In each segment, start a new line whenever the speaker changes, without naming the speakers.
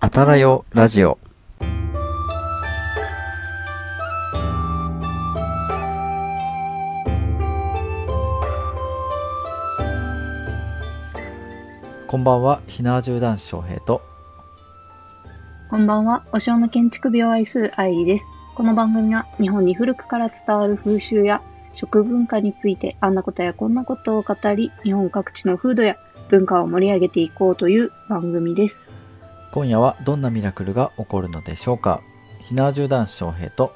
あたらよラジオ。こんばんは、ひなわじゅう男子翔平と。
こんばんは、お正の建築美を愛する愛理です。この番組は日本に古くから伝わる風習や食文化についてあんなことやこんなことを語り、日本各地の風土や文化を盛り上げていこうという番組です。
今夜はどんなミラクルが起こるのでしょうか。ひなわじゅう男子翔平と。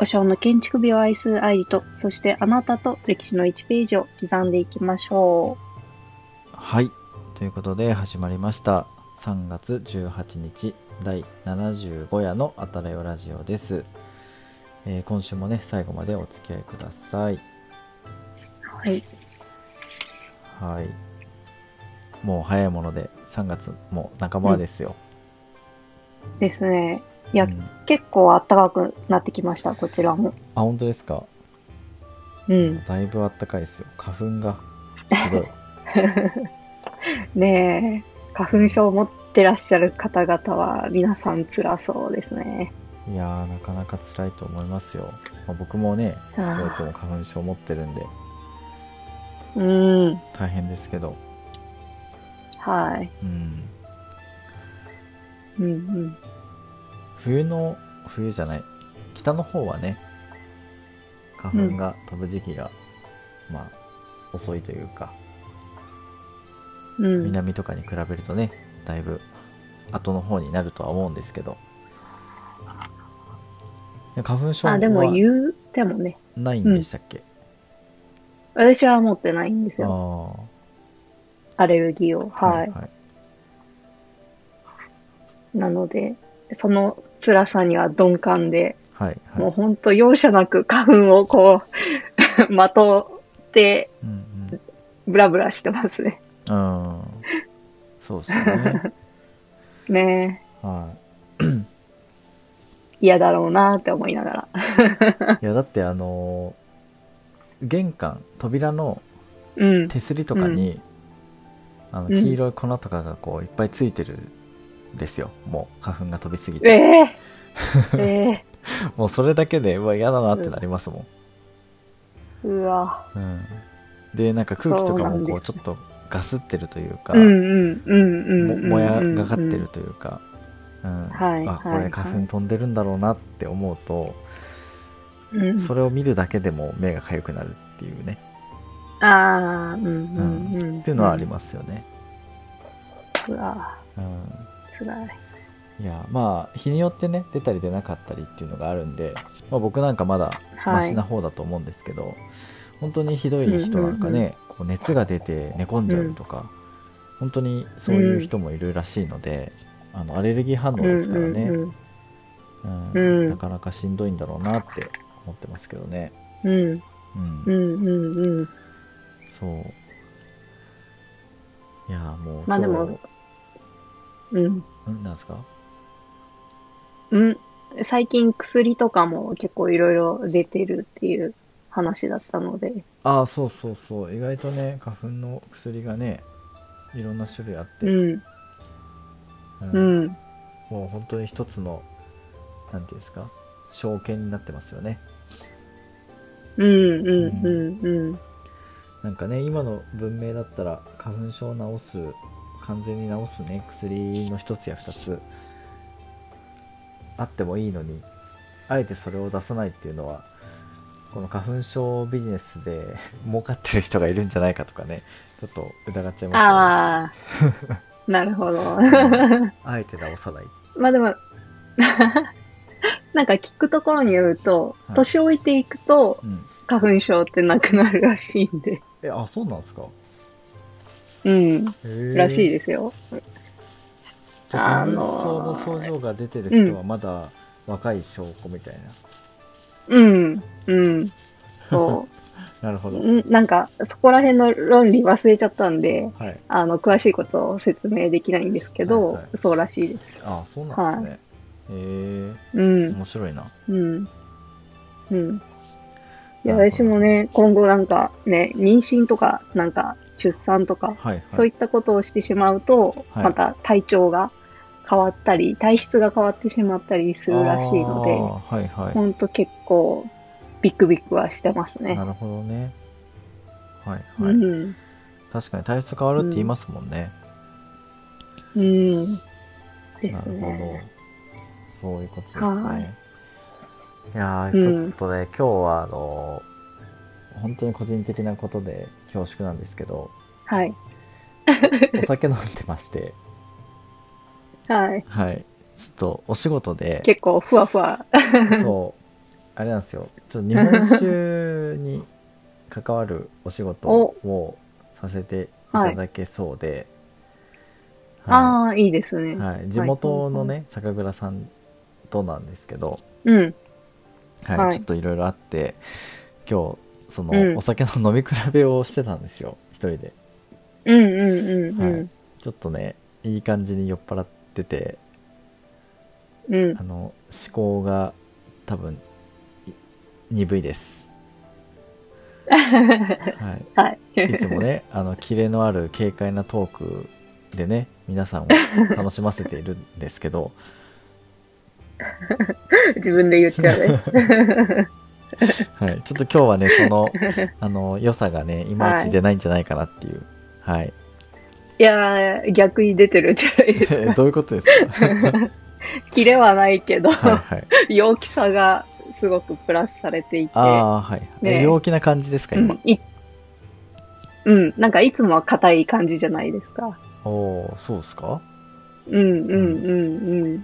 お正の建築美を愛する愛理と、そしてあなたと歴史の1ページを刻んでいきましょ
はい。ということで始まりました。3月18日第75夜のあたらよラジオです、えー今週もね、最後までお付き合いください。
う。はい。
はい。もう早いもので3月も半ばですよ。
ですね。いうや
ん、あ、
結構暖かくなってきました、こちらも。
本当ですか。
うん。
だいぶあったかいですよ。花粉がす ごい。
ねえ、花粉症を持ってらっしゃる方々は皆さん辛そうですね。
いやーなかなか辛いと思いますよ。まあ、僕もね、
あー
それとも花粉症持ってるんで
うん。
大変ですけど、
はい。
うん、
うんうん。
冬の冬じゃない北の方はね花粉が飛ぶ時期が、まあ遅いというか
うん、
南とかに比べるとねだいぶ後の方になるとは思うんですけどで花粉症
あ、
は
でも言うてもね、
ないんでしたっけ、
私は持ってないんです
あ
よ。
ー
アレルギーを。はい。
はい
なので、その辛さには鈍感で、
はい
も
は
う
い、
ほんと容赦なく花粉をこう、 まとって、
うんうん、
ブラブラしてますね。
うん、そうです ね。
ね
は
え、嫌だろうなって思いながら。
い。いや、だって、あのー玄関、扉の
うん。
手すりとかに、あの、
うん
黄色い粉とかがこう、いっぱいついてるんですよ。もう、花粉が飛びすぎ
え
て。
え ええ
もう、それだけで、うわ、嫌だなってなりますも
うわ。
ん。うん。で、なんか空気とか
そうな
も、
ん
こう、
で
ちょっとガスってるというか、
うんうん
も
うんうんうんうん。
もやがかってる。というか、うん。
はい
あ、こ
はいは
れ
い
花粉飛んでるんだろうなって思うと、
うん、
それを見るだけでも目が痒くなるっていうね、
ああ、うんうんうん。
っていうのはありますよね。
す。うわ、
うん、
つらい。
いやまあ日によってね出たり出なかったりっていうのがあるんで、まあ、僕なんかまだマ
は
シ
い
な。方だと思うんですけど、本当にひどい人なんかね、
う
こ
ん
う熱が出て寝込んじゃうとか、本当にそういう人もいるらしいので、あのアレルギー反応ですからね、
うん
うん
うん
なかなかしんどいんだろうなって思ってますけどね。
うん
うん
うんうんうんうんうん。
そういやもう
まあでも
今日
うん。
うんなんですか
うん。最近薬とかも結構いろいろ出てるっていう話だったので。
ああそうそうそう意外とね花粉の薬がねいろんな種類あって、
うん
うん
うん。
もう本当に一つのなんていうんですか証券になってますよね
うんうんうんうん。
なんかね今の文明だったら花粉症を治す完全に治すね薬の一つや二つあってもいいのにあえてそれを出さないっていうのはこの花粉症ビジネスで儲かってる人がいるんじゃないかとかねちょっと疑っちゃいますよね
ああ。なるほど。
あえて直さない
まあでも、 なんか聞くところによると
は、い
年老いていくと
うん
花粉症ってなくなるらしいんで。
えあそうなんですか
うん。らしい
す
ですよ。
花
あ
粉
の
症の症状が出てる人はまだ若い証拠みたいな、
うん。うん。そ
なるほ
う。
ど
んなんか、そこら辺の論理忘れちゃったんで、
はい
あの、詳しいことを説明できないんですけ
は
ど、
いはい
そうらしいです。
あそうなんですね、へえ
うん。
面白いな
うん。うん。いや、
なるほど
私もね、今後なんかね、妊娠とか、なんか、出産とか、
はいはい
そういったことをしてしまうと、
はい
また体調が変わったり体質が変わってしまったりするらしいので
あーはいはい、
ほんと結構ビックビックはしてますね。
なるほどねはいはい、
うん
確かに体質変わるって言いますもんね、
うんで
な
す
るほど
ね。
そういうことです
は
ねいや
う
ー
ん
ちょっとね、今日はあの本当に個人的なことで恐縮なんですけど
はい。
お酒飲んでまして
はい。
はいちょっとお仕事で
結構ふわふわ。
そうあれなんですよちょっと日本酒に関わるお仕事をさせていただけそうで、は
ああ、いいです
い
ね。
はい、地元のね酒蔵さんとなんですけど、
うん。
はい
はい
ちょっといろいろあって今日その、
うん
お酒の飲み比べをしてたんですよ一人で
うんうんうんうん。
はいちょっとねいい感じに酔っ払ってて
うん
あ。の思考が多分い鈍い です、はい、
はい。
いつもね、あの、キレのある軽快なトークでね、皆さんを楽しませているんですけど、
自分で言っちゃう ね。
はい、ちょっと今日はね、その、あの、良さがね、いまいち出ないんじゃないかなっていう。はい。
いやー、逆に出てる じゃないです か。
どういうことですか
キレはないけど、
はい はい。
陽気さがすごくプラスされていて。
ああ、はい。
ね
え陽気な感じですか、
うん
今。
いうん、なんかいつもは硬い感じじゃないですか。
おーそうですか
うんうんうんうん。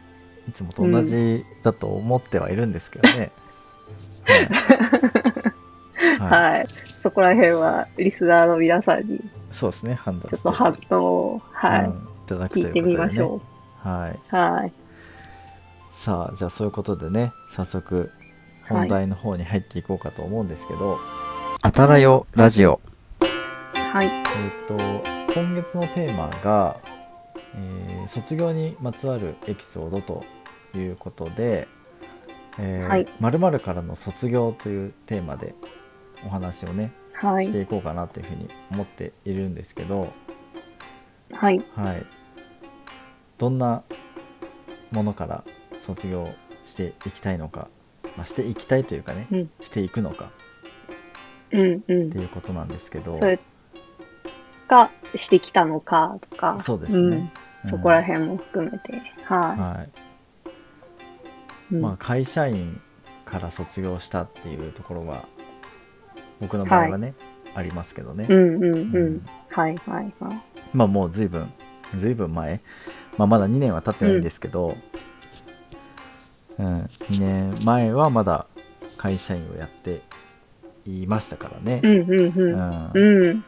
いつもと同じだと思ってはいるんですけど ね。はいはい。
はい。そこら辺はリスナーの皆さんに
そうですね、判断
ちょ
し
っ
て
と反応を、はい、
うんいただくということ
聞い
で、
て
ね。
みましょ
はい。
う。はい。
さあじゃあそういうことでね早速本題の方に入っていこうかと思うんですけど「あたらよラジオ
はい。」
えっと今月のテーマが、えー卒業にまつわるエピソードということで「えー
はい
〇〇からの卒業」というテーマでお話をね
は
して
い。
いこうかなというふうに思っているんですけど、
はい。
はい、どんなものから卒業していきたいのか、まあ、していきたいというかね、
うん
していくのか
うんう
って
ん。
いうことなんですけど
それがしてきたのかとか。
そうですね、
ん
うん
そこら辺も含めて。は
はい
い。うん
まあ、会社員から卒業したっていうところは僕の場合はね、ありますけどね、
うんうんう
うんん。
はいはいはい。
まあもう随分随分前、まあ、まだ2年は経ってないんですけど、うん2年前はまだ会社員をやっていましたからね、
うんうん
うん
うん。
ま
うん。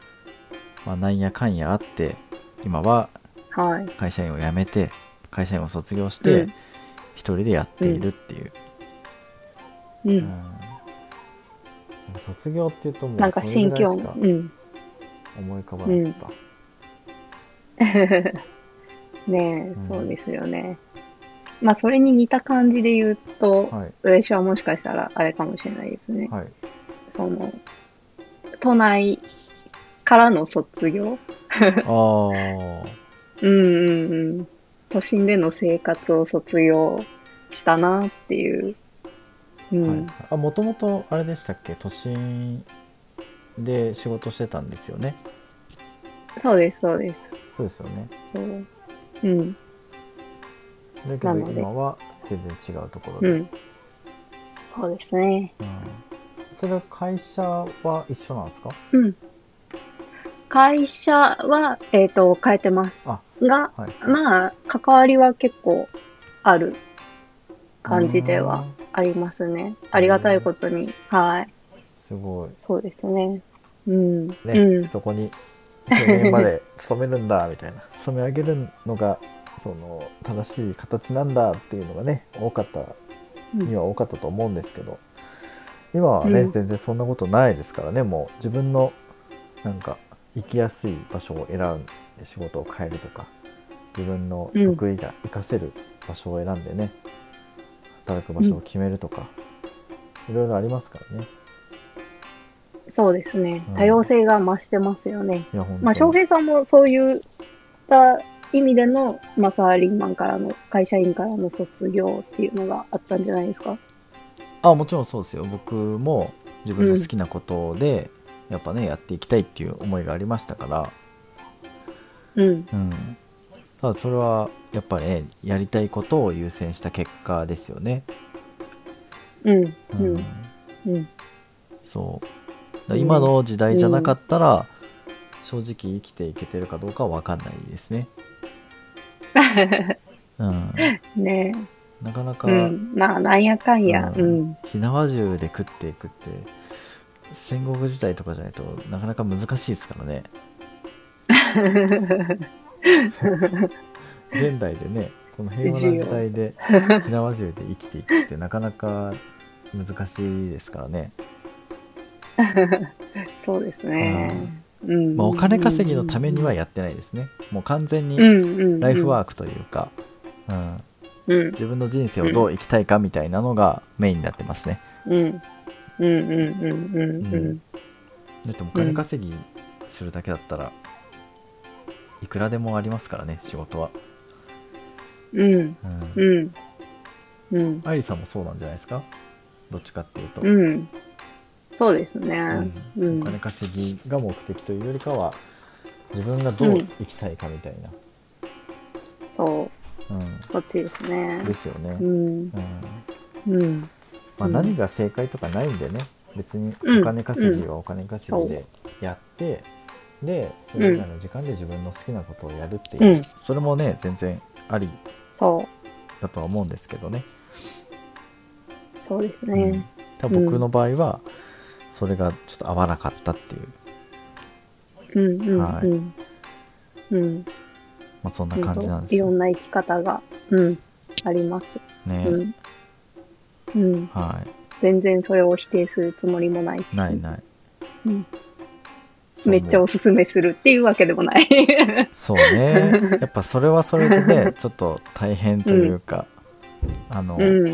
あ、なんやかんやあって今は
はい。
会社員を辞めて会社員を卒業して
うん
一人でやっているっていう、
う
うん
ん。
なんか卒業っていうとも
なん
う
か
それ
心
ぐらい
境
し
も
か。
うん。
思い浮かばなかっ
ねえ
うん、
そうですよね。まあ、それに似た感じで言うと、
た、はい
私はもしかしたらあれかもしれないですね。
はい
その、都内からの卒業
あー
うんうんうん。都心での生活を卒業したなっていう。う
は
ん。
い、あもともとあれでしたっけ都心で仕事してたんですよね
そうです、そうです。
そうですよね
そう。うん、
だけど
なので
今は全然違うところで、
う
うん
ん。そうですね。
それは会社は一緒なんですか
うん。会社は、えっ、と、変えてます。
あ
が、
はい
まあ、関わりは結構ある感じでは
うん
ありますね。ありがたいことに。はい。
すごい
そうですね。うん。
ね、
うん。
そこに定年まで勤めるんだみたい な勤め上げるのがその正しい形なんだっていうのがね多かったには多かったと思うんですけど今はね、
うん
全然そんなことないですからねもう自分のなんか行きやすい場所を選んで仕事を変えるとか自分の得意が活かせる場所を選んでね、働く場所を決めるとか、いろいろありますからね
そうですね
うん。
多様性が増してますよね。
いや本当に、
まあ、翔平さんもそういった意味での、まあ、サラリーマンからの、会社員からの卒業っていうのがあったんじゃないですか。
あもちろんそうですよ僕も自分の好きなことで、やっぱねやっていきたいっていう思いがありましたから、
うん。
うん、ただそれはやっぱりねやりたいことを優先した結果ですよね、
うん。
う
うんん。うん。
そうだから今の時代じゃなかったら、正直生きていけてるかどうかは分かんないです ね、うん、
ね
なかな
え。
か、
うん。まあ、なんやかんや。
う
うんん。
火縄銃で食っていくって戦国時代とかじゃないとなかなか難しいですから ね現代でねこの平和な時代で火縄銃で生きていくってなかなか難しいですからね、
そうですね。うん。
まあ、お金稼ぎのためにはやってないですねもう完全に
うん、うんうん。
ライフワークというか、うん、
うん。
自分の人生をどう生きたいかみたいなのがメインになってますね
うん。うん。うん。うん。うん。うん。
だってお金稼ぎするだけだったら、いくらでもありますからね仕事は、
うん。
うん、
うん。うん。
愛理さんもそうなんじゃないですかどっちかっていうと、
うん。そうです
う
ね
ん。
うん
お。金稼ぎが目的というよりかは自分がどう生きたいかみたい
そ
な、うん
う。そっちですね。
ですよね、
う
うん
ん。うん。
まあ、
うん
何が正解とかないんでね別に
うん
お金稼ぎはお金稼ぎでやって、でそれ以外の時間で自分の好きなことをやるっていう、
うん
それもね全然あり
そ
だとは思うんですけどね
う。そうです
う
ね
ん。、多分僕の場合はそれがちょっと合わなかったっていう、
うん。うん。
はい
うん。うん。
まあ、そんな感じなんです
いろ
よ
んな生き方が、うん。あります。
ね、
うん。うん。
は
全然それを否定するつもりもない
い
し。
ないない、
うん
そう
めっちゃおすすめするっていうわけでもない。
そう ねやっぱそれはそれでねちょっと大変というか、あの、
うん。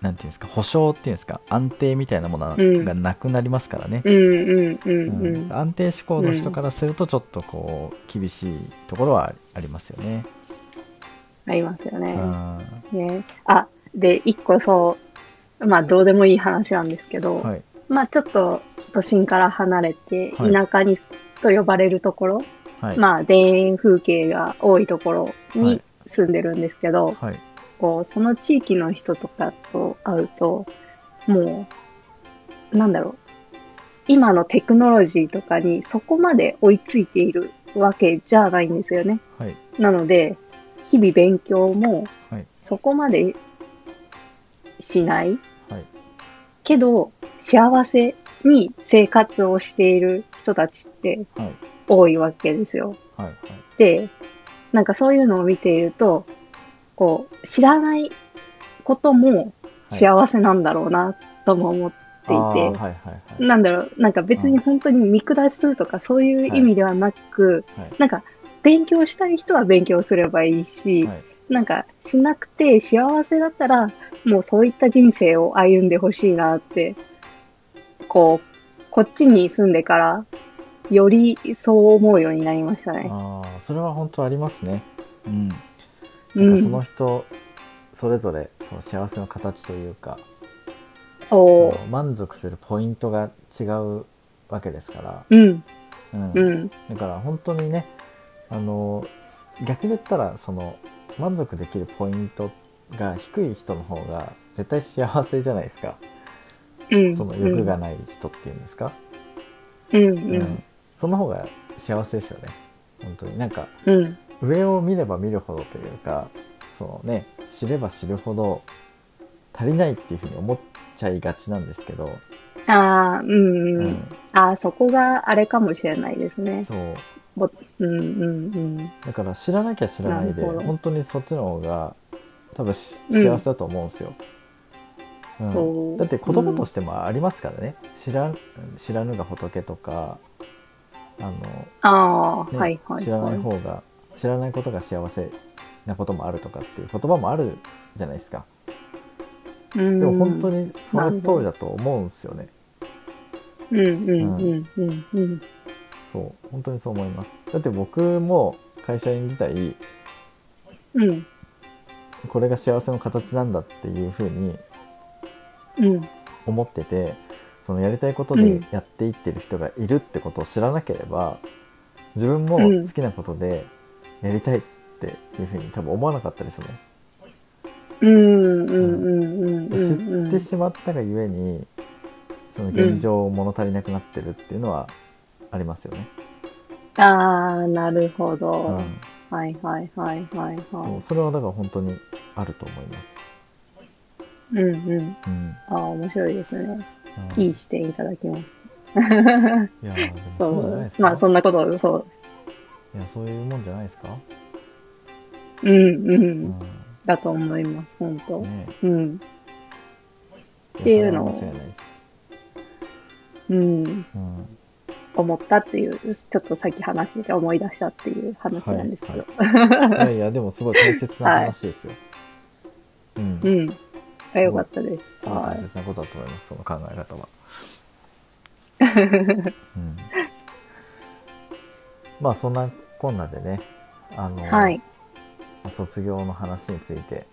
なんていうんですか保証っていうんですか安定みたいなもの
うん
がなくなりますからね、
うんうんうんう
うん
ん。
安定志向の人からするとちょっとこう厳しいところはありますよね、
ありますよね。
うんは
ね、あで一個そうまあどうでもいい話なんですけど、
い
まあちょっと都心から離れて
はい
田舎にと呼ばれるところ、
はい、
まあ田園風景が多いところ
はい
に住んでるんですけど、
はい
こうその地域の人とかと会うともうなんだろう今のテクノロジーとかにそこまで追いついているわけじゃないんですよね。
はい
なので、日々勉強も
はい
そこまでしない、
はい
けど幸せに生活をしている人たちって
はい
多いわけですよ。
はいはい
で、なんかそういうのを見ていると、こう、知らないことも幸せなんだろうなとも思っていて、
あーはいはいはい
なんだろう、なんか別に本当に見下すとかそういう意味ではなく、
はい
なんか勉強したい人は勉強すればいいし、
はい
なんかしなくて幸せだったら、もうそういった人生を歩んでほしいなって、こう、こっちに住んでから、よりそう思うようになりましたね。
ああそれは本当ありますねうんなんか
うん
その人それぞれその幸せの形というか、
そ
その満足するポイントが違うわけですから、
う。うん、
うん
うん、
だから本当にねあのす逆に言ったらその満足できるポイントが低い人の方が絶対幸せじゃないですか
うん。
その欲がない人っていうんですか、
うん、う、
うんその方が幸せですよね本当になんか
うん、
上を見れば見るほどというかそのね知れば知るほど足りないっていうふうに思っちゃいがちなんですけど、
うん。ああ、うん、
う
うんん。ああ、そこがあれかもしれないですね。
そう
ぼうん、うん、うん。
だから知らなきゃ知らないで
なるほど
本当にそっちの方が多分し
うん
幸せだと思うんですよ、うん
そう
だって子供としてもありますからね、知らん知らぬが仏とかあの、
ああ、
ね
はい、はい。
知らない
はい
方が知らないことが幸せなこともあるとかっていう言葉もあるじゃないですか
うん
でも本当にその通りだと思うんですよね。
うんうんうんうんうん
そう本当にそう思います。だって僕も帰会社員自体
うん、
これが幸せの形なんだっていう風に
うん、
思っててそのやりたいこと
う
で
ん
やっていってる人がいるってことを知らなければ自分も
うん
好きなことでやりたいっていう風に多分思わなかったですね。
うん、うん、うん、うん、
で
う
知
ん、
ってしまったがゆえにその現状物足りなくなってるっていうのはありますよね。
ああ、なるほ
う
ど。
ん、
はいはいはいはい
そ
は
うそれはだから本当にあると思います。
い。うんうん。
うん、
ああ、面白いですね。
うん
いい視点いただきます。
いやーでもそうじゃないですか。
まあ、そんなことを、そ
いやそういうもんじゃないですか。
う。うんう
うん
ん。だと思います、本当。
ね
うん。
え、
っていうのを
やそれは間違いないです。
うん。
うん、
思ったっていう、ちょっとさっき話してて思い出したっていう話
は
なん
い
ですけど。
はい。いやいやでもすごい大切な話ですよ。うん、
うん。あよかったです。
すごい
は
大
い。
切なことだと思いますその考え方は。うん、まあそんなこんなでねあの、
はい。
卒業の話について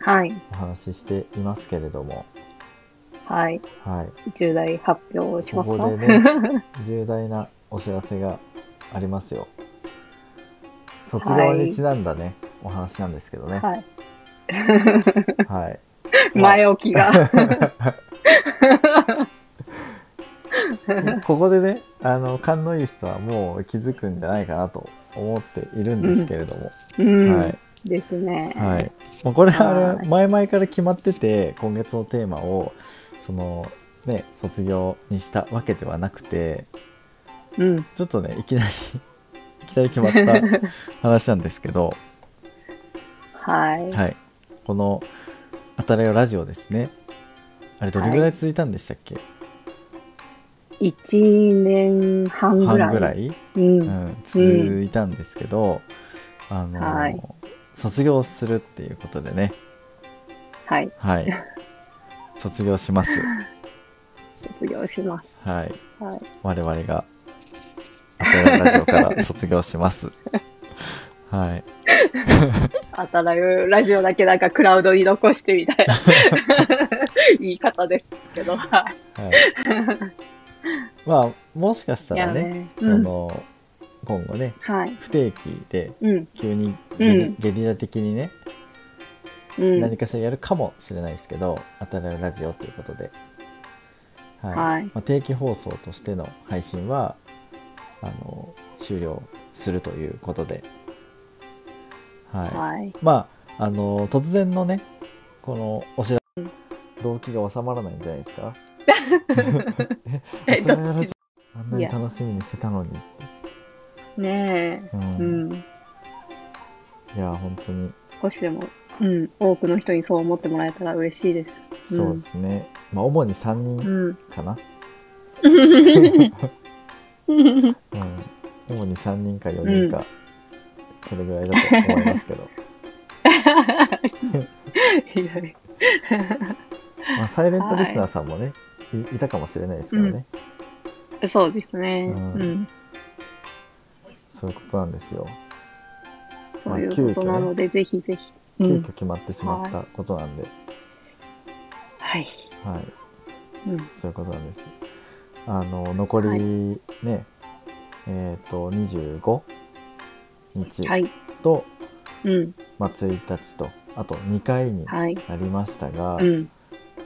はい。
お話ししていますけれども、
はい。
はい、
重大発表をし
こ
ますか
こでね重大なお知らせがありますよ卒業にちなんだね、お話なんですけどね
はい。
はい
前置 きが。
ここでねあの勘のいい人はもう気づくんじゃないかなと思っているんですけれども、
うん。
はい
ですね。
はい、もうこれはあ
は
れ
い
前々から決まってて今月のテーマをそのね卒業にしたわけではなくて
うん。
ちょっとねいきなりいきなり決まった話なんですけど、
はい。
はい、この「あたらよラジオ」ですねあれどれぐらい続いたんでしたっけ、
一年半ぐらい。
半ぐらい、
うん。
うん、続いたんですけど、あの
はい
卒業するっていうことでね
はい。
はい卒業します
卒業します。
はい
はい。
我々が「あたらよラジオ」から卒業します はい
あたらよラジオだけなんかクラウドに残して みたいな言い方ですけど。は
はい、まあもしかした
い。
らね
う
そ
ん。
の、今後ね
はい。
不定期で
うん。
急にゲリ,、
うん
ゲリラ的にね、
うん。
何かしらやるかもしれないですけど「当たるラジオ」ということで、はい
はい
まあ、定期放送としての配信はあの終了するということで、はい
はい。
まああの突然のねこのお知らせ動機が収まらないんじゃないですか
え
え当たる
どっち
ラジオあんなに楽しみにしてたのに、
ね
う
え。
ん
うん。
いや本当に
少しでも、うん。多くの人にそう思ってもらえたら嬉しいです。
そうですね、まあ主に3人
うん。
かな、うん、主に3人か4人か、それぐらいだと思いますけ ど
ひどい
まあサイレントリスナーさんもね、い、いたかもしれないですからね、
そうですね。
うん
うん。
そういうことなんですよ
そういうことなので、ぜひぜひ。う
急
ん
遽。決まってしまったことなんで、
はい。
はい、
うん。
そういうことなんですあの残り
はい
ね、えっ、と25日
はい。
と、
うん。
まあ、1日とあと2回にな
はい。
りましたが、
うん。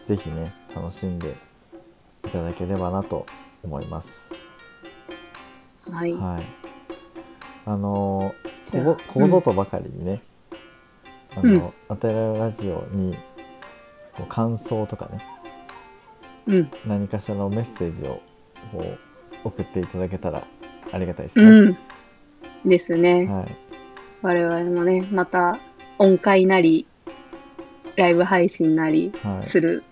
ぜひね楽しんでいただければなと思います。
はい。
はい。あの
じゃ
ー
あ
ここここぞとばかりにね、
ん
あの、当てられラジオにこう感想とかね
うん。
何かしらのメッセージをこう送っていただけたらありがたいですね。
うん。ですね。
はい。
我々もね、また音階なり、ライブ配信なり
は
する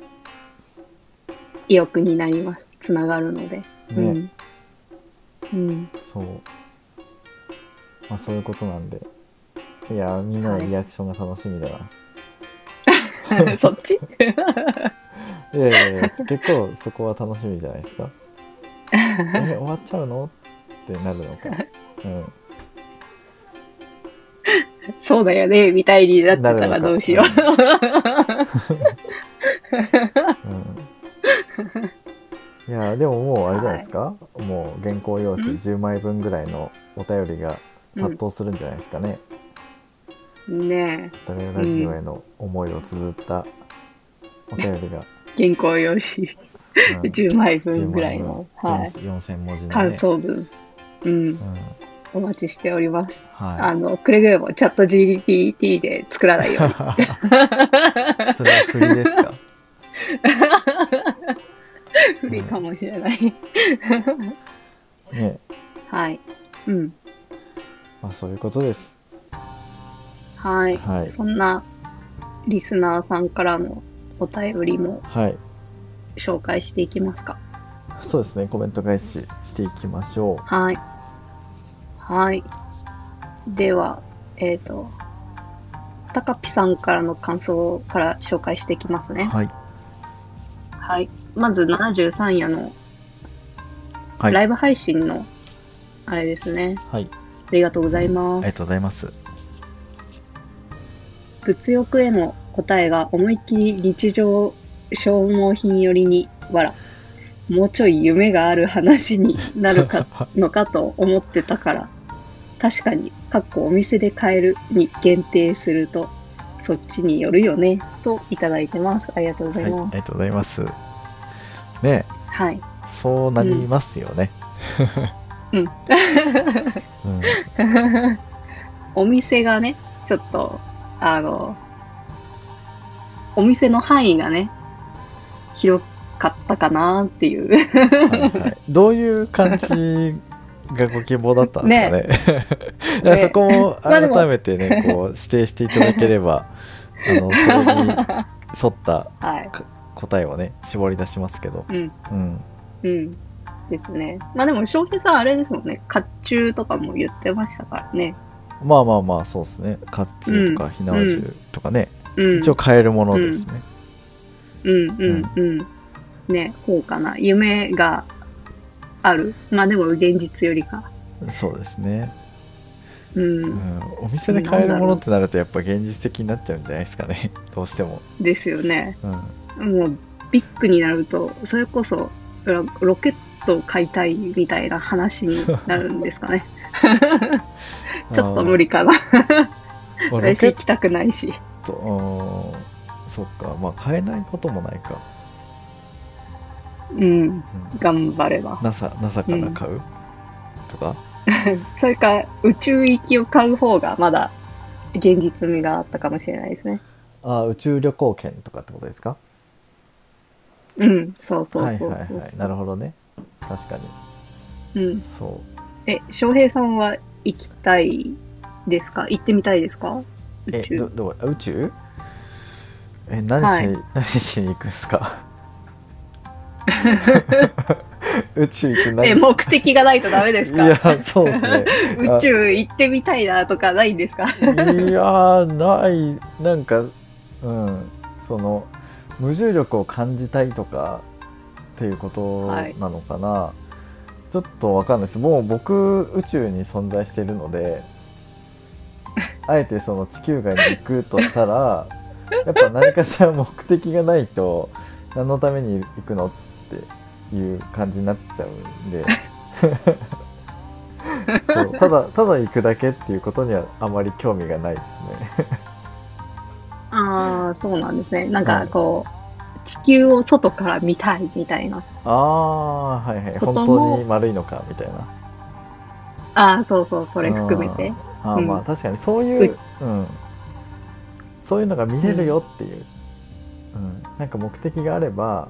意欲になります。つながるので。
い。ね、
うん。うん。
そう。まあそういうことなんで。いやーみんなのリアクションが楽しみだな。
そっち
いやいやいや結構そこは楽しみじゃないです かえ終わっちゃうのってなるのかうん
そうだよね、みたいになって
な
た
る
ら
のか
どうしよう。
うん、いやでももうあれじゃないですか、もう原稿用紙10枚分ぐらいのお便りが殺到するんじゃないですかね、
ね
ダメラジオへの思いを綴ったお便りが、
え、原稿用紙
うん
10枚分
10
ぐらいの、
枚分
はい、
4000文字の、ね、
感想文、う
う、
ん
ん、
お待ちしております。あ
は
の、くれぐれもチャット GPT で作らないように。
い それは振りですか
不利 かもしれない。
ね
はい。うん。
まあそういうことです
はい。
はい
そんなリスナーさんからのお便りも
はい
紹介していきますか。
そうですねコメント返ししていきましょ
はい。はい。では、えっ、と、たかぴさんからの感想から紹介していきます
う
ね。
はい
はい。まず73夜の
はい
ライブ配信の、あれですね。
はい
ありがとうござい
あ
ま
り
す
が。とうございます
物欲への答えが思いっきり日常消耗品寄りに笑もうちょい夢がある話になるかのかと思ってたから確かにかっこお店で買えるに限定するとそっちによるよねといただいてますありがとうござ
はいいあ
ます
りがとうございますね
はい、
そうなりますよね。
うん。
うん、
お店がねちょっとあのお店の範囲がね広かったかなっていう
はいはい。どういう感じがご希望だったんですかね。 だから
ね
そこも
まあでも
改めてね、こう指定していただければ、あのそれに沿った
はい
答えをね絞り出しますけど。
うん、
うん。
うん。ですね。まあでも、翔平さん、あれですもんね、甲冑とかも言ってましたからね。
まあまあまあそうですね。甲冑とか火縄銃とかね、
うん。
一応買えるものですね。
うんうんうん。ね、こうかな。夢がある。まあでも、現実よりか。
そうですね、
う。
うんん。お店で買えるものってなるとやっぱ現実的になっちゃうんじゃないですかね。 どうしても。
ですよね。
うん。
もう、ビッグになると、それこそ、ロロケットを買いたいみたいな話になるんですか ね。ちょっと無理かな。
あー。まあロ
私
ケッ
行 きたくないし。
とうんそっかまあ買えないこともないか、
うん。
うん、
頑張れば。
NASA, NASA から買う、とか
それか宇宙行きを買う方がまだ現実味があったかもしれないですね。
あー宇宙旅行券とかってことですか
うん、そうそうそう
はいはい
そう。
はいなるほどね確かに
うん。
そ
え、翔平さんは行きたいですか行ってみたいですか
う
宇
えど
宙。
どこあ宇宙え何し,、
はい
何しに行くんです か 宇宙行く何
え、目的がないとダメです
い
か
やそうですね
宇宙行ってみたいなとかないんですか
いやーないなんかうんその無重力を感じたいとかっていうこと
はい
なのかな、ちょっとわかんないですもう僕宇宙に存在してるのであえてその地球外に行くとした らやっぱ何かしら目的がないと何のために行くのっていう感じになっちゃうんでそうただただ行くだけっていうことにはあまり興味がないですね。
ああ、そうなんですね。なんかこう、地球を外から見たいみたいな。
ああはいはい
こと
本
も
当に丸いのかみたいな
ああ、そうそう、それ含めて。
あー、
うん
まあ確かにそういう、うん、そういうのが見れるよっていう、うんなんか目的があれば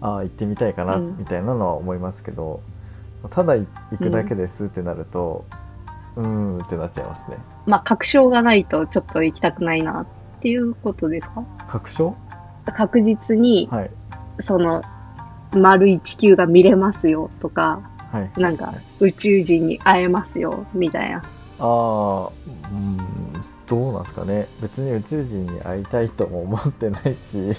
ああ行ってみたいかな
うん
みたいなのは思いますけど、ただい行くだけですってなるとうーんってなっちゃいますね
まあ、確証がないとちょっと行きたくないなっていうことですか
確証
確実に、
はい
その、丸い地球が見れますよとか、
はい
なんか、宇宙人に会えますよ、みた いな。
ああうんどうなんですかね別に宇宙人に会いたいとも思ってないし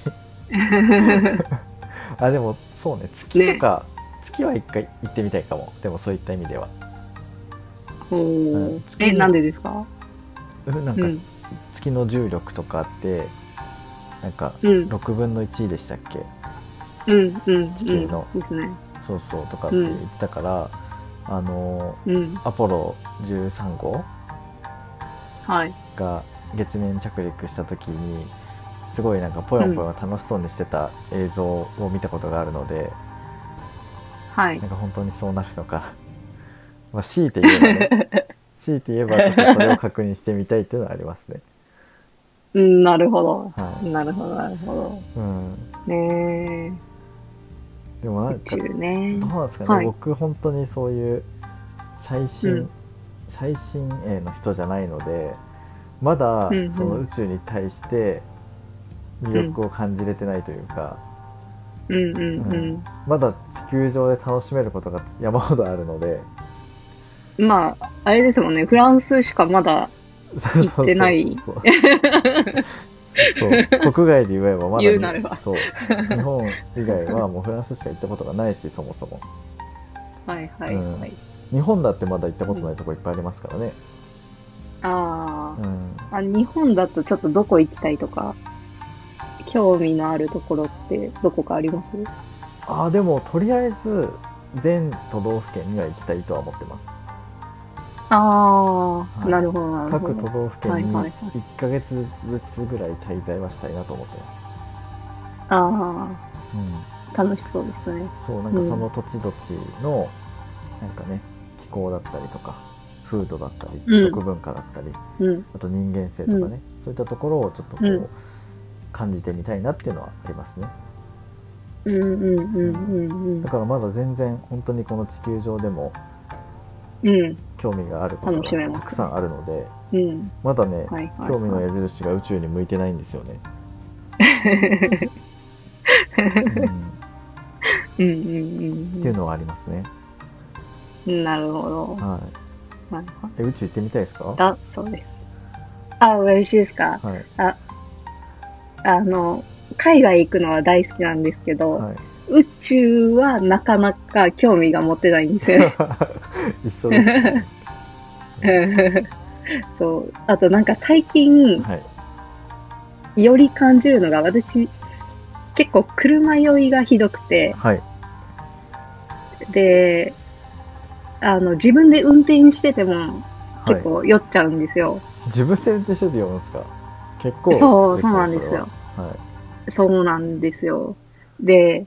あでもそうね月とか、月は一回行ってみたいかもでもそういった意味では
お
う
ー
ん
え、なんでですか
なん
う
か
ん
月の重力とかってなんか
うん
6分の1でしたっけ
うんうん
地球の
うんですね
そうそうとかって言ったから、あの
うん
アポロ13号
はい
が月面着陸した時にすごいなんかぽよぽよ楽しそうにしてた映像を見たことがあるので、
はい
なんか本当にそうなるのかまあ強いて言えばね強いて言えばちょっとそれを確認してみたいっていうのはありますね。
うんなるほど
はい
なるほどなるほ
うん、
どね
でもな
え
ん
宇
か
宙ね
どうなんですかね、
はい
僕本当にそういう最新、
うん
最新鋭の人じゃないのでまだ
うんうん
その宇宙に対して魅力を感じれてないというか、
うんうんうん
まだ地球上で楽しめることが山ほどあるので
まあ、あれですもんね、フランスしかまだ、
そうそうそうそう
行ってない
そうそう国外で言えばまだ
言うなれば
そう日本以外はもうフランスしか行ったことがないしそもそも
はいはいはい。
日本だってまだ行ったことないとこいっぱいありますからね、
あ
うん、
ーあ、日本だとちょっとどこ行きたいとか、興味のあるところってどこかあります
ああでもとりあえず全都道府県には行きたいとは思ってます
ああ、
い
なるほどなるほ
各
ど
都。道府県に
はいはいはい
1ヶ月ずつぐらい滞在はしたいなと思ってま
あ
す、う
あ、楽しそうですね。
ん、そうなんかその土地土地のなんかね気候だったりとか風土だったり
うん
食文化だったり、
うん。
あと人間性とかね、そういったところをちょっとこう、
うん
感じてみたいなっていうのはありますね
うんうんうんうん
だからまだ全然本当にこの地球上でも
うん。うん。
興味があること
楽しめ
が
ます
たくさんあるので
うん。
まだね、
はいはい。
興味の矢印が宇宙に向いてないんですよね。うん
うんうんうん
っていうのはありますね。
うん。なるほど。
は
はいはい。
い。え宇宙行ってみたいですか？
だ、そうです。あ、嬉しいですか
はい
あの、海外行くのは大好きなんですけど、
は
宇宙はなかなか興味が持てないんですよね。
い。 一緒 ですね。
そう。あとなんか最近、
はい。
より感じるのが、私、結構車酔いがひどくて、
はい。
で、あの、自分で運転してても
は
結
い。
構酔っちゃうんですよ。
自分で運転してて読むんですか？結構
そう
ですね
そうなんですよ。
それははい。
そうなんですよ。で、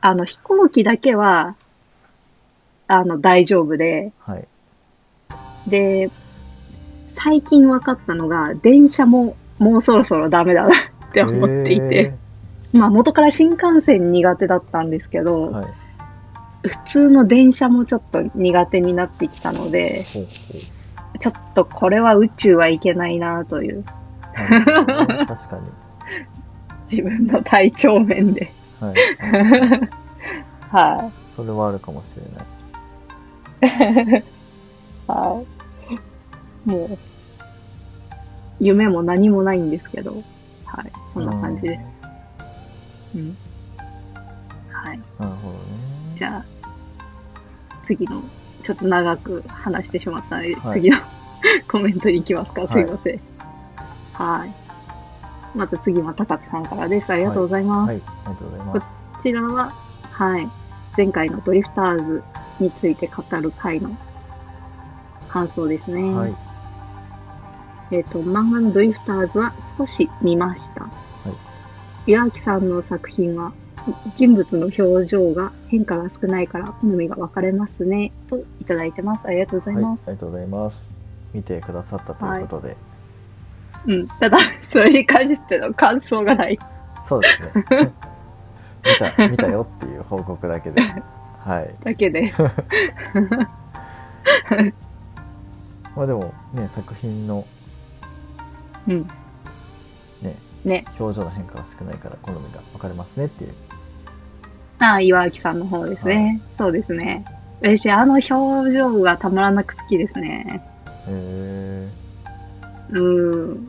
あの、飛行機だけは、あの、大丈夫で、
はい。
で、最近分かったのが、電車ももうそろそろダメだなって思っていて、まあ元から新幹線苦手だったんですけ
えー
ど、
はい。
普通の電車もちょっと苦手になってきたので、
ほう
ちょっとこれは宇宙はいけないなという、
ほう。なるほどね確かに。
自分の体調面で、
はい。
は
それはあるかもしれない。
い、はい。もう、夢も何もないんですけど、はい、そんな感じです。うん。はい。
うん。なるほどね。
じゃあ、次の、ちょっと長く話してしまったので、
はい
次の コメントに行きますか。
い
すいません。はい。また次は高木さんからです。ありがとうございます。
はい。ありがとうございます。
こちらは、はい。前回のドリフターズについて語る回の感想ですね。
はい。
えっ、と、漫画のドリフターズは少し見ました。はい。岩城さんの作品は、人物の表情が変化が少ないから好みが分かれますね、といただいてます。ありがとうござい
はい、あ
ます。
りがとうございます。見てくださったということで、
うん。ただ、それに関しての感想がない。
そうですね。 見た見たよっていう報告だけで、 はい。
だ けで。
まあでもね作品の
うん。
ね
ね。
表情の変化が少ないから好みが分かれますねっていう。
ああ、岩城さんの方ですね。そうですね。私、あの表情がたまらなく好きですね。
え
うーん。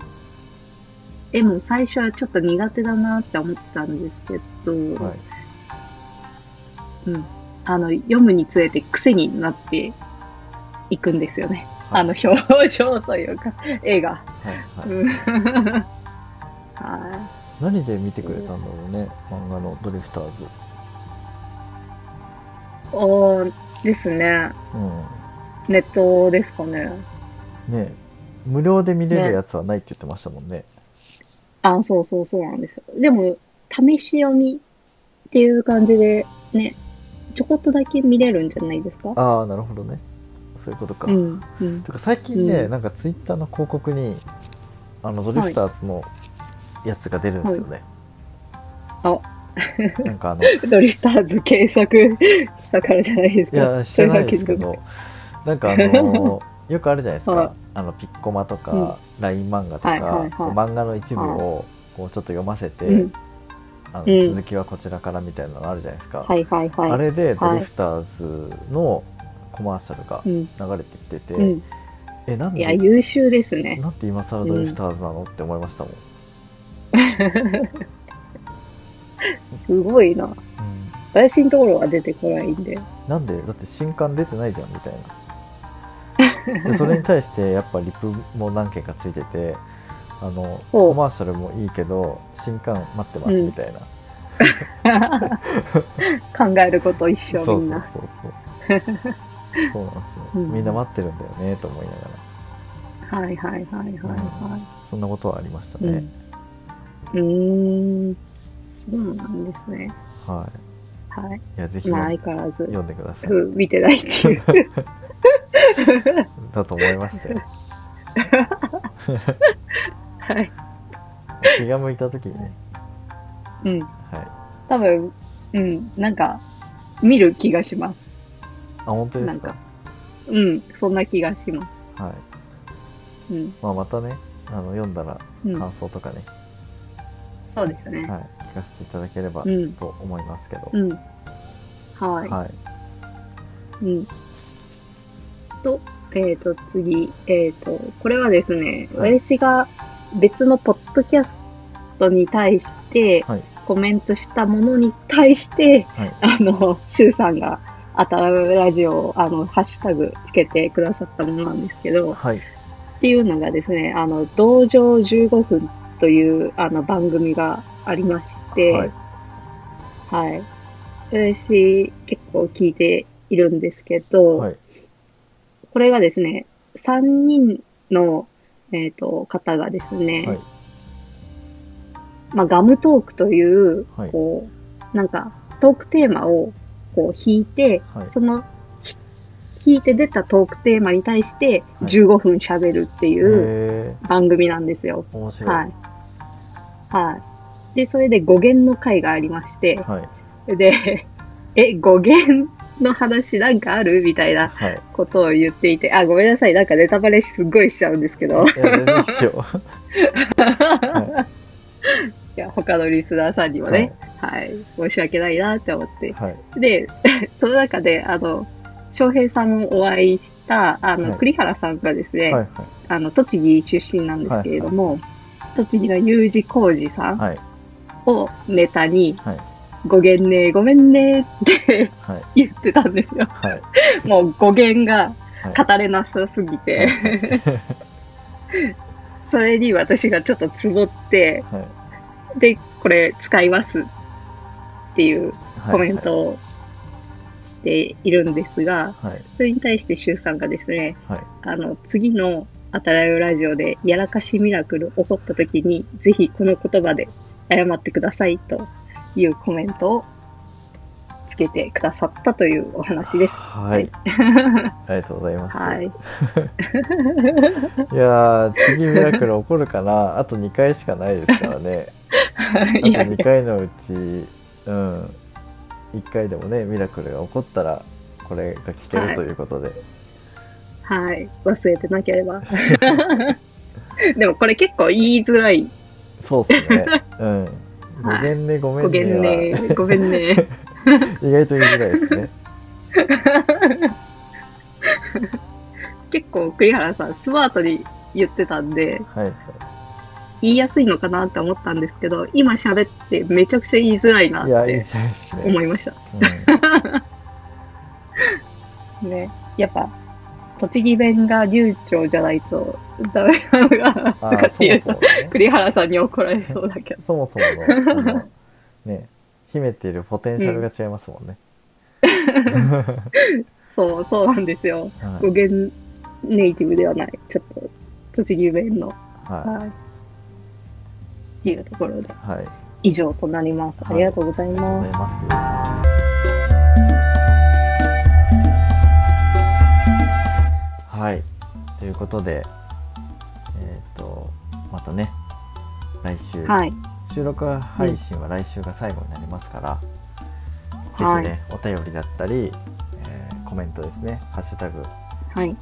でも最初はちょっと苦手だなって思ってたんですけど、
ー、はい。
うん、あの読むにつれて癖になっていくんですよね。
はい
あの表情というか、絵が。
はいはい、
うん は
何で見てくれたんだろうね漫画の「ドリフターズ
い。おーですね。」
う
ネットですかね。
んね無料で見れるやつはないって言ってましたもんね
あ、そうそうそうなんですよ。でも、試し読みっていう感じで、ね、ちょこっとだけ見れるんじゃないですか
ああなるほどねそういうことか、
うん、うん。
てか最近ね、
うん
なんかツイッターの広告にあのドリフターズのやつが出るんですよね、
はい
なんかあ の
ドリスターズ検索したからじゃないです
い
か。
やしてないですけどなんかあのよくあるじゃないですか、
はい
あのピッコマと
う
か、ライン漫画とか、
はいはいはい
こう漫画の一部をこうちょっと読ませて、
うん。
あの
うん
続きはこちらからみたいなのあるじゃないですか、
はいはいはい。
あれで
はい
ドリフターズのコマーシャルが
うん。
流れてきてて、
うん。
えなん
いや、
で
優秀ですね。
なんて今更ドリフターズなのって思いましたもん、
すごいな。
うん
私のところは出てこないんで。
なんでだって新刊出てないじゃんみたい なでそれに対してやっぱリプも何件かついててあの
ほ
コ
う
マーシャルもいいけど新刊待ってます
うん
みたいな、
考えること一
そう
緒
そう
み
んそう
な。
そう そうなんですよ、
うん
みんな待ってるんだよねと思いながら
はいはいはいはいは
そんなことはありました
い。う
ね
ん、。うーん。そうなんですね。
は
はい。
いいやぜひ
まあ
読ん
相変わらず、
読んでください、
うん見てないって いう。
だと思いましたよ
はい。
気が向いた時にね
うん。
はい
多分、うん。なんか、見る気がします。
あ本当で
な
す
ん
か
か、うん。そんな気がします。
はい
うん。
まあ、またねあの読んだら
うん。
感想とかね、
そうですね。
はい、聞かせていただければ
うん。
と思いますけど、
うん。はい。
はい、
うん。と、えっ、と、次、えっ、と、これはですね、
はい
私が別のポッドキャストに対して、
はい
コメントしたものに対して、
はい
あの、シュウさんが、あたらラジオを、あの、ハッシュタグつけてくださったものなんですけど、
はい、
っていうのがですね、あの、道場15分という、あの、番組がありまして、
はい、
はい。私、結構聞いているんですけど、
はい、
これがですね、3人の、えー、と方がですね、
はい
まあ、ガムトークという、
はい
こう、なんか、トークテーマをこう引いて、
はい
その、ひ引いて出たトークテーマに対して
はい
15分喋るっていう
え
番組なんですよ。
ー、面白い、
はい。はい。で、それで語源の回がありまして、
はい、
で、え、語源の話なんかあるみたいな
はい、
ことを言っていて、あ、ごめんなさい、なんかネタバレすっごいしちゃうんですけど、
いや全然いいですよ、はい
や他のリスナーさんにも
い、
ね、はい、申し訳ないなって思って。
はい、
で、 その中で、あの、翔平さんもお会いした、あ
は
の、
い
栗原さんがですね、
はい、
あの、栃木出身なんですけれども、栃木の U 字工事さん
はい、はい、
をネタに、
はい
ごげんね、ごめんねって
はい、
言ってたんですよ。
はい、
もう語源が
はい
語れなさすぎて、 それに私がちょっとつぼって、
はい、
で、これ使いますっていう
はい
コメントをしているんですが、
はい、
それに対して周さんがですね、
はい、
あの、次のあたらよラジオでやらかしミラクル起こった時に、ぜひこの言葉で謝ってくださいというコメントをつけてくださったというお話です。
はい、 ありがとうございます。
はい。
いやー、次ミラクル起こるかな、あと2回しかないですからね。あと
いやいや
2回のうち、うん、1回でもね、ミラクルが起こったら、これが聞け
は
る
い
ということで、
はい。忘れてなければ。 でもこれ結構言いづらい。
そうっすね。うん。ご
はい
めんね、ごめ
ご
ん
めん
ねは。
ね。ごめん
意
ね。
外と言いづらいですね。
結構栗原さん、スマートに言ってたんで、
はい。はい
言いやすいのかなって思ったんですけど、今喋ってめちゃくちゃ言いづらいない
や、
っ
言い
て
づらいですね。
思いました。
うん
ね。やっぱ、栃木弁が流暢じゃないとダメなのが、
あ
とか
ー
っ
そ
てい
も
う
そも
と、
ね
栗原さんに怒られそうだけど。
そもそものあのね秘めているポテンシャルが違いますもんね、
そう、そうなんですよ。
はい
語源ネイティブではない。ちょっと、栃木弁の、
は
はい。っていうところ
い、
で、
はい、あり
以上となります。ありがとうござい
がとう
ま
ご
す
ざい。ますはいということでえっ、とまたね来週、
はい。
収録配信は来週が最後になりますから、
はい
ぜひねお便りだったり、えーコメントですね「ハッシュタグ
はい。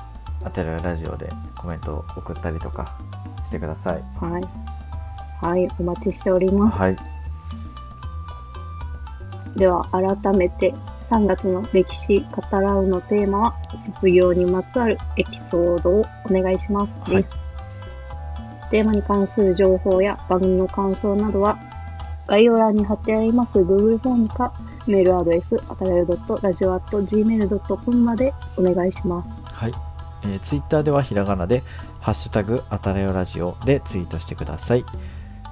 あてらラジオ」でコメントを送ったりとかしてください
はい。はい。お待ちしております。
はい
では、改めて、3月の歴史語らうのテーマは、卒業にまつわるエピソードをお願いします。
はい
です。テーマに関する情報や番組の感想などは、概要欄に貼ってあります Google フォームか、メールアドレス、あたらよ .radio.gmail.com までお願いします。
はい、えー、ツイッターではひらがなで「ハッシュタグあたらよラジオ」でツイートしてください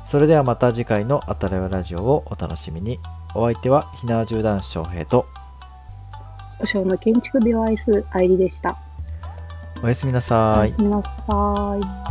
それではまた次回の「あたらよラジオ」をお楽しみにお相手はひなわじゅう男子翔平と
お正の建築美を愛する愛理でした。
おやすみなさー
おや
い
すみなさい。